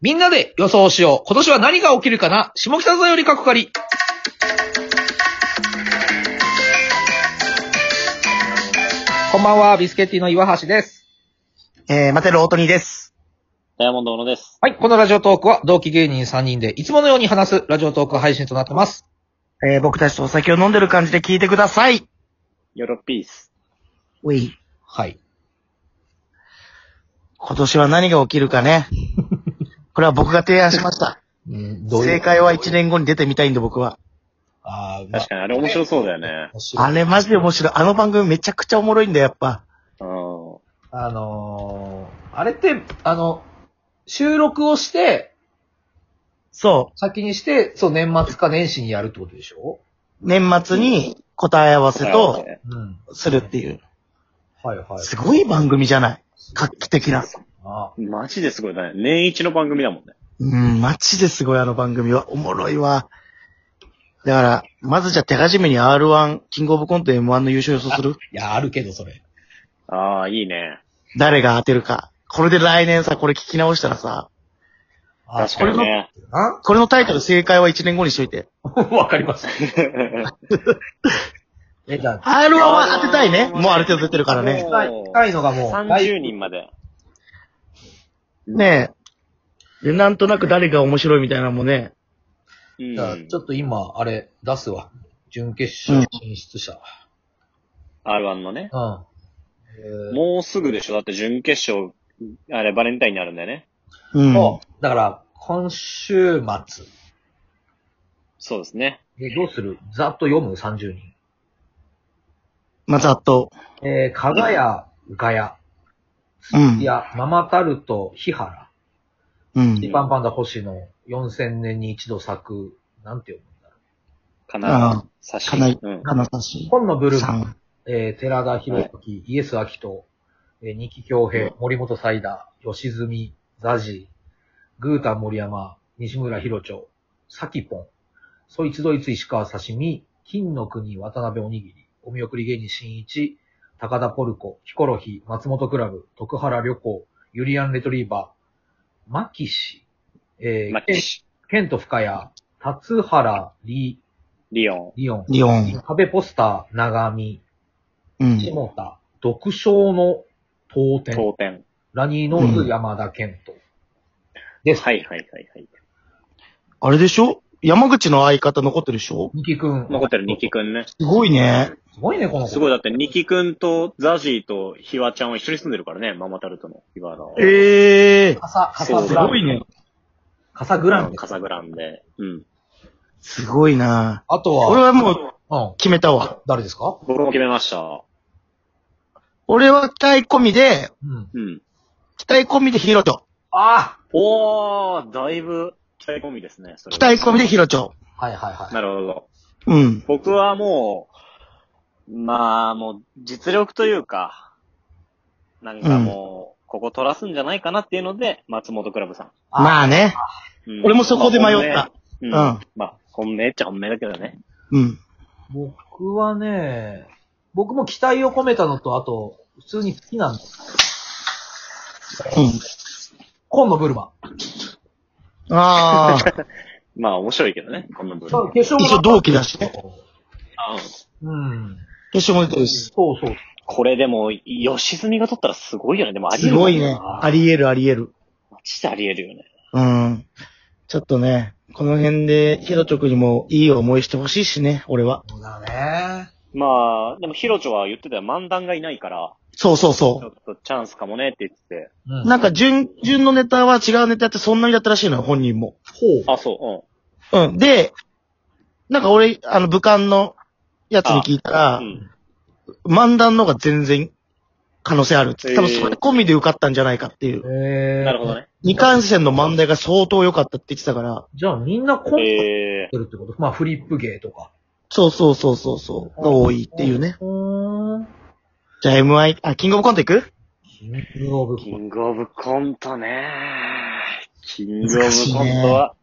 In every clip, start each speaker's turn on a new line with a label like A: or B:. A: みんなで予想しよう。今年は何が起きるかな下北沢よりかこかり。こんばんは、ビスケッティの岩橋です。
B: えー、待てる大谷です。
C: ダイヤモンド小野です。
A: はい、このラジオトークは同期芸人3人でいつものように話すラジオトーク配信となってます。
B: えー、僕たちとお酒を飲んでる感じで聞いてください。
C: ヨロピース。
B: うい。
A: はい。
B: 今年は何が起きる かね。これは僕が提案しました。
A: うん、どうい
B: 正
A: う。
B: 解は1年後に出てみたいんで僕は。
A: あーまあ
C: 確かに、あれ面白そうだよね。
A: 面白い
B: あれマジで面白い。あの番組めちゃくちゃおもろいんだよ、やっぱ。
C: うん。
A: あのー、あれって、あの、収録をして、
B: そ
A: 先にして、そう、年末か年始にやるってことでしょ
B: う。年末に答え合わせ
A: う
B: と
A: ん。
B: するっていう。
A: はいはい。
B: すごい番組じゃない。画期的な。
A: あ
C: マジですごいね。年一の番組だもんね。
B: うん、マジですごいあの番組は。おもろいわ。だから、まずじゃあ手始めに R1、キングオブコント M1 の優勝予想する
A: いや、あるけど、それ。
C: ああ、いいね。
B: 誰が当てるか。これで来年さ、これ聞き直したらさ、
A: あ
C: 確かにね。
A: な
B: これのタイトル正解は1年後にしといて。
A: わかりました。 え、じゃあ、
B: R1 は当てたいね。もうある程度出てるからね。
A: 近いのがもう、
C: 30人まで。
B: ねえ。で、なんとなく誰が面白いみたいなのもね。
C: う
A: じゃあ
C: ん
A: ち。ょっと今、あれ、出すわ。準決勝進出者。
C: R1 のね。
A: うん。えー
C: もうすぐでしょだって準決勝、あれ、バレンタインになるんだよね。
B: うん。
A: そう。だから、今週末。
C: そうですね。
A: え、どうするざっと読む ?30 人。
B: まあ、ざっと。
A: えー、かがや、がや、
B: うん
A: い。や、ママタルト、日原、
B: うん
A: 一。般パンダ星野、4000年に一度咲く、なんて読むんだろ
C: か
B: あ
C: な
B: あ、
C: さし。
B: かな
C: うん。
B: 金指し
A: う。。本のブル
B: さ
A: ーム、
B: ん。
A: えー、寺田博之、イエス・アキト、えー、二木京平、
C: うん
A: 森本サイダー、吉住、ザジー、グータン森山、西村博長、サキポン、そいつどいつ石川刺身、金の国渡辺おにぎり、お見送り芸人新一、高田ポルコ、ヒコロヒー、松本クラブ、徳原旅行、ユリアンレトリーバー、マキシ、え
C: マ
A: ー、
C: ッ
A: ケ
C: チ
A: ン
C: シ。
A: ケント深谷、辰原リ
C: リオン。
A: リオン、
B: リオン。
A: 壁ポスター長見、
B: うん。
A: 下田、独唱の当店、
C: 当店。
A: ラニーノーズ山田健人。です。
C: はいはいはいはい。
B: あれでしょ山口の相方残ってるでしょ
A: ニキ君。
C: 残ってるニキくんね。
B: すごいね。
A: すごいね、この子。
C: すごい、だって、ニキ君とザジーとヒワちゃんは一緒に住んでるからね、ママタルトのヒワの。
B: ええ
A: カサ、カサ
C: そう
A: グ
B: す
A: ラ
B: ご
A: ン。
B: いね。
A: カサグラン。
C: カサグランで。うん。
B: すごいな
A: あと
B: 俺
A: は、
B: はもう
A: うん。
B: 決めたわ。
A: 誰ですか
C: 僕も決めました。
B: 俺は期待込みで、
A: うん。
C: うん。
B: 期待込みでヒロチョ。
A: あ
C: おー、だいぶ期待込みですね、それ
B: 期
C: は
B: 待込みでヒロチョ。
A: あはいはいはい。
C: なるほど。
B: うん。
C: 僕はもう、まあ、もう、実力というか、なんかもう、ここ取らすんじゃないかなっていうので、松本クラブさん。
B: まあね。
C: うん
B: 俺もそこで迷った。。
C: ま
B: うん
C: あ本命うん。まあ、本命っちゃ本命だけどね。
B: うん。
A: 僕はね、僕も期待を込めたのと、あと、普通に好きなんです。
B: うん。
A: 今野ブルマ。
B: あ あ。
C: まあ、面白いけどね、この分。
A: そう決勝
B: 一応
A: も。
B: 同期だしね。
C: あうん
A: うん。
B: 決勝も出てるし。
A: そうそう。
C: これでも、吉住が取ったらすごいよね。でもあり
B: す
C: 得るよ
B: ご
C: な、
B: いね。あり得るあり得る。
C: マジであり得るよね。
B: うん。ちょっとね、この辺で、ヒロチョ君にもいい思いしてほしいしね、俺は。
A: そうだね。
C: まあ、でも、ヒロチョは言ってたよ。漫談がいないから、
B: そうそう
C: ちょ
B: そ
C: っとチャンスかもねって言ってて。
A: う
B: う。なん、か、順、順のネタは違うネタやってそんなにだったらしいのよ、本人も。
A: ほう。
C: あ、そ
B: うん。で、なんか俺、あの、武漢のやつに聞いた
C: う。
B: ら
C: う、ん。うん。
B: 漫談の方が全然可能性あるっつって。多分それ込みで受かったんじゃないかっていう。
A: えー。
C: なるほ どね。
B: 二冠戦の漫才が相当良かったって言ってたから、
A: じゃあみんなコントや
C: え
A: ってるってこと、まあフリップ芸とか。
B: そうそうそうそうそう、が多いっていうね。
A: うーん。
B: じゃあ MI、あ、キングオブコント行く
A: キングオブ
C: ー、
A: コ
C: キ
A: ント。
C: ングオブコントね。キングオブコントは、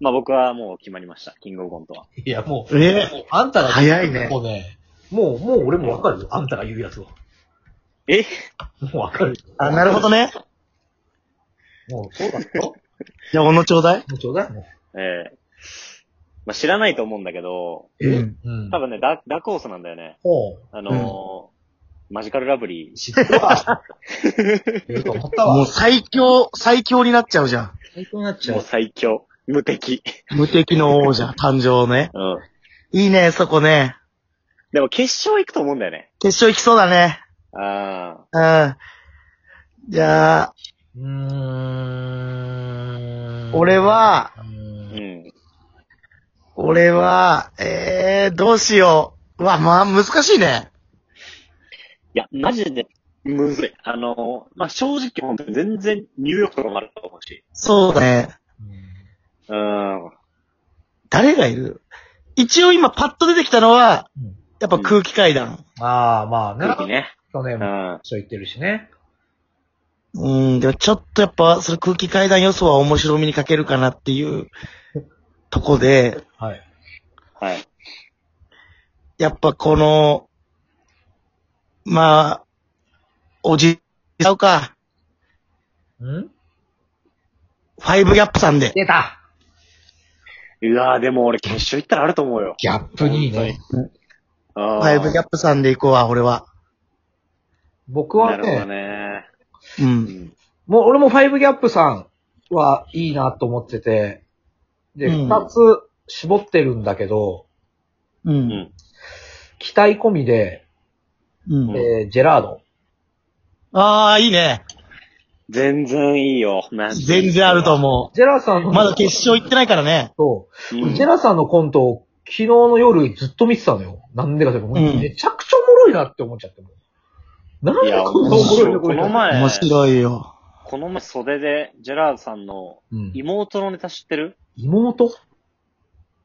C: まあ僕はもう決まりました。キングオブコントは。
A: いや、もう、
B: え
A: もうあんたが、
B: 早いね
A: もうね、もう、もう俺もわかるよ。あんたが言うやつは。
C: え
A: もうわかるよ。
B: あ、なるほどね。
A: もうそうだよ。
B: じゃあ、おのちょうだい
A: もうちょうだいも
C: ええまあ、知らないと思うんだけど、
B: うん。
A: う。うん。
C: 多分ね、ダダークホースなんだよね。
A: ほう。
C: あのーマジカルラブリー。
A: 知ってるわ。言うと思った
B: も
A: わ
B: う。最強、最強になっちゃうじゃ
A: 最高になっちゃ
C: もう
A: う。
C: 最強。無敵。
B: ん。無敵の王者、誕生ね。
C: うん。
B: いいね、そこね。
C: でも決勝行くと思うんだよね。
B: 決勝行きそうだね。
C: あ
B: うん。じゃあ、
A: うーん。
B: 俺は、
A: う、
C: あ。うんん。
B: 俺は、えー、どうしよう。うわ、まあ、難しいね。
C: いや、マジで、むずい。あのー、まあ、正直本当に全然ニューヨークとかもあると思うし。
B: そうだね。
C: うん。
B: 誰がいる一応今パッと出てきたのは
A: うん、
B: やっぱ空気階段。
A: まあまあ
C: 空
A: ね。
C: 気ね。
A: 去
C: う
A: 年も
C: ん。
A: そう言ってるしね。
B: うん、でもちょっとやっぱ、それ空気階段予想は面白みに欠けるかなっていうとこで、
A: はい。
C: はい。
B: やっぱこの、まあ、おじ、ちゃうか、
A: うん
B: ファイブギャップさんで。
A: 出た
C: うわーでも俺決勝行ったらあると思うよ。
A: ギャップにいいね。
C: フ
B: ファイブギャ
C: ッ
B: ッ
C: プ。
B: プさんで行こうわ、俺は。
A: 僕
C: な
A: は
C: るほ
A: ね、
C: どね。
B: う。
C: うんん。
A: もう俺もファイブギャップさんはいいなと思ってて、で、
B: うん
A: 二つ絞ってるんだけど、
B: う。
C: うんん。
A: 期待込みで、
B: うん。
A: えージェラード。
B: ああ、いいね。
C: 全然いいよ。マジで
B: 全然あると思
A: ジェラーさん
B: う。
A: の、
B: まだ決勝行ってないからね。
A: そうう、
C: ん
A: ジェラーさんのコントを昨日の夜ずっと見てたのよ。なんでかというと、
B: うん
A: めちゃくちゃおもろいなって思っちゃって。なん
C: い
A: で
C: や、
A: こんなお
C: 面
A: もろい
C: 白い
A: のこ
C: こ
A: れ。
C: の前、
B: 面白いよ。
C: この前袖で、ジェラードさんの
A: うん
C: 妹のネタ知ってる
A: 妹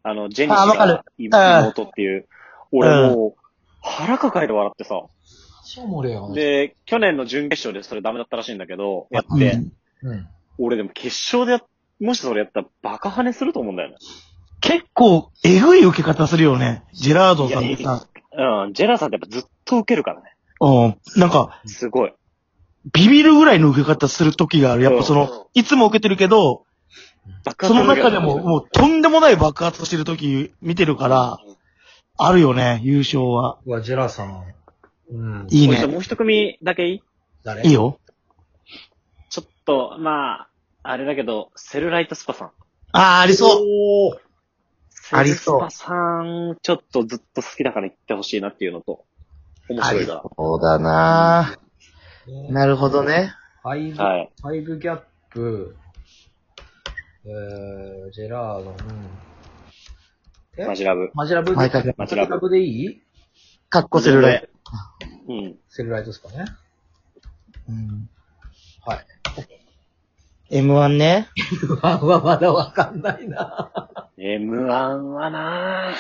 C: あの、ジェニー
B: あわか
C: が
B: る
C: い
B: うん
C: 妹っていう。俺もう、腹抱えて笑ってさ。
A: そうもれよね。
C: で、去年の準決勝でそれダメだったらしいんだけど、やって、
B: うん
A: うん。
C: 俺でも決勝でやっ、もしそれやったらバカ跳ねすると思うんだよね。
B: 結構、えぐい受け方するよね。ジェラードさんって
C: いや
B: さ。
C: うん、ジェラードさんってやっぱずっと受けるからね。
B: うん。なんか、
C: すごい。
B: ビビるぐらいの受け方する時がある。やっぱそ
C: うん
B: の、いつも受けてるけど、
C: 爆
B: そ
C: 発
B: の
C: 受け
B: 中
C: 方
B: でも、もうとんでもない爆発してる時見てるから、あるよね、優勝は。
A: うわ、ジェラーさん。うん。
B: いい
C: こいつ
B: ね。
C: もう一組だけいい
A: 誰
B: いいよ。
C: ちょっと、まあ、あれだけど、セルライトスパさん。
B: ああ、ありそう。
A: おー
C: セ
B: あり
C: ルス
B: そう
C: パさん、ちょっとずっと好きだから行ってほしいなっていうのと、面
B: あ
C: 白
B: り
C: いか
B: そうだななるほどね。
A: ファイブ、
C: ら。はい。
A: ファイブギャップ、えー、ジェラード、うん。え
C: マジラブ。
A: マジラブ
B: マジラブ
A: マジラブでいい
B: かっこセルライ。
C: うん。
A: セルライトですかね。
B: うん
A: はい。
B: M1 ね。
A: 不安はまだわかんないな
C: M1 はなぁ。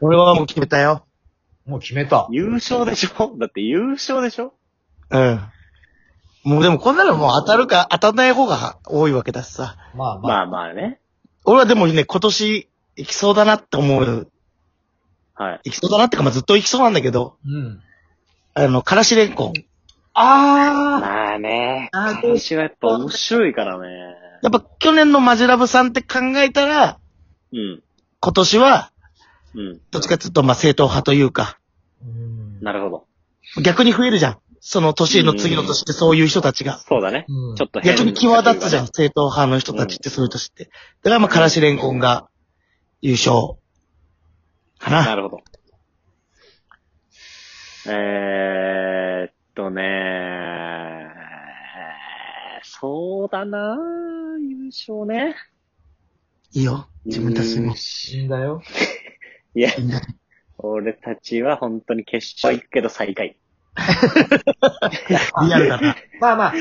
B: 俺はもう決めたよ。
A: もう決めた。
C: 優勝でしょ だって優勝でしょ
B: うん。もうでもこんなのもう当たるか当たんない方が多いわけだしさ。
A: まあまあ。
C: まあまあね。
B: 俺はでもね、今年行きそうだなって思う。
C: はい。
B: 行きそうだなってか、まあずっと行きそうなんだけど、
A: うん。
B: あの、からしれんこん。
A: あ
C: まあね。
A: あー
C: 今週はやっぱ面白いからね。
B: やっぱ去年のマジラブさんって考えたら、
C: うん。
B: 今年は、
C: うん。
B: どっちかっていうと、まあ正統派というか、
A: うん。
C: なるほど。
B: 逆に増えるじゃん。その年の次の年ってそういう人たちが。
C: そうだね。
A: うん
C: ちょっと変
B: 逆に際立つじゃん、
C: ん。
B: 正統派の人たちってそういう年って。だからまあ、からしれんこんが優勝。かな。
C: なるほど。えーっとねそうだな優勝ね。
B: いいよ。自分たちも。
A: いいんだよ。
C: いや、
B: いいんだ
C: 俺たちは本当に決勝行くけど最下位。
B: リアルだな。
A: まあまあ、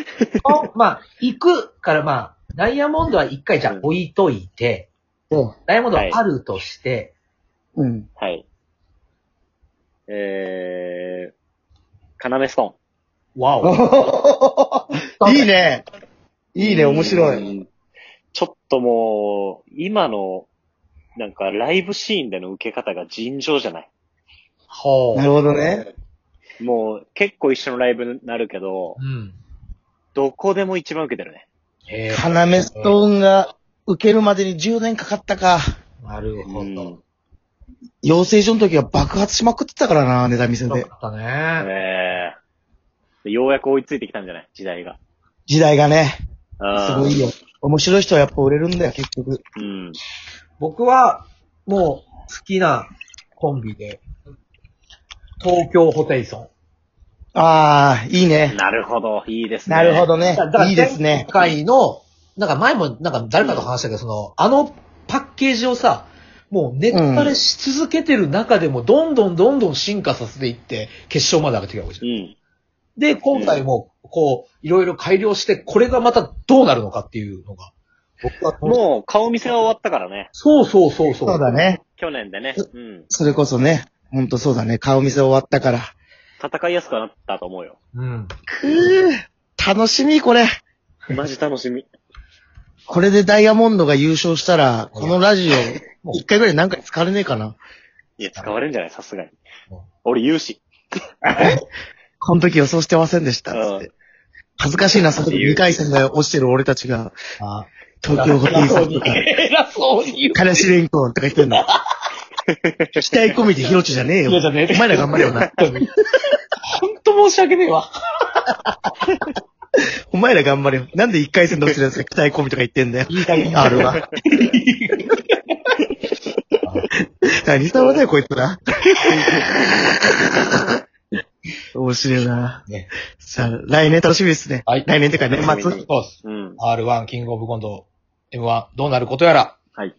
A: おまあ、行くからまあ、ダイヤモンドは一回じゃあ置いといて、ダイヤモンドはあるとして、
B: うん。
C: はい。えー、カナメスト
A: わお。
B: いいね。いいね、
C: ーン。
B: 面白い。
C: うん。ちょっともう、今の、なんかライブシーンでの受け方が尋常じゃない。
A: ほ
B: なるほどね。
C: もう、結構一緒のライブになるけど、
A: うん。
C: どこでも一番受けてるね。
A: ええ
B: 花メストーンが受けるまでに10年かかったか。
A: なるほ
C: うん
A: ど。
B: 養成所の時は爆発しまくってたからな、ネタ見せ
A: よ
B: で。
A: かったね。
C: ええようやく追いついてきたんじゃない時代が。
B: 時代がね、
C: あ
B: す
C: ー
B: ごいよ。面白い人はやっぱ売れるんだよ、結局。
C: うん。
A: 僕は、もう、好きなコンビで、東京ホテイソン。
B: ああ、いいね。
C: なるほど。いいですね。
B: なるほどね
A: だから。
B: いいです
A: 前。
B: ね
A: 回の、なんか前も、なんか誰かと話したけど、その、あのパッケージをさ、もうネタレし続けてる中でも、どんどんどんどん進化させていって、決勝まで上がってきたわけじゃん。
C: うん。
A: で、今回も、こう、いろいろ改良して、これがまたどうなるのかっていうのが、僕は、もう、
C: もう顔見せは終わったからね。
A: そうそうそうそう。
B: そうだね。
C: 去年でね。うん。
B: それこそね。ほんとそうだね。顔見せ終わったから。
C: 戦いやすくなったと思うよ。
A: うん。
B: くー楽しみ、これ。
C: マジ楽しみ。
B: これでダイヤモンドが優勝したら、このラジ
A: も
B: オ、
A: う
B: 一回ぐらいなんか疲れねえかな。
C: いや、使われるんじゃないさすがに
A: うん。
C: 俺、勇士。
B: この時予想してませんでした。つっ
C: う
B: て恥ずかしいな、その時2回戦が落ちてる俺たちが、
A: あ
B: 東京ホテイソンと か、
A: 偉そうに言う。
B: 彼氏レンコンとか 言ってんの。期待込みでヒロチじゃねえよ。
A: ヒロチじゃねえ
B: お前ら頑張れよな。
A: ほんと申し訳ねえわ。
B: お前ら頑張れよ。なんで1回戦で落ちてるやつが期待込みとか言ってんだよ。
A: いい加減に
B: あるわ。何様だよ、こいつ ら。面白いな。
A: ね。
B: さあ、来年楽しみですね。
A: はい
B: 来年ってか年
C: 楽しみ
B: 末
C: に。
A: そうっす。
C: うん。
A: R1、キングオブコント、M1、どうなることやら。
C: はい。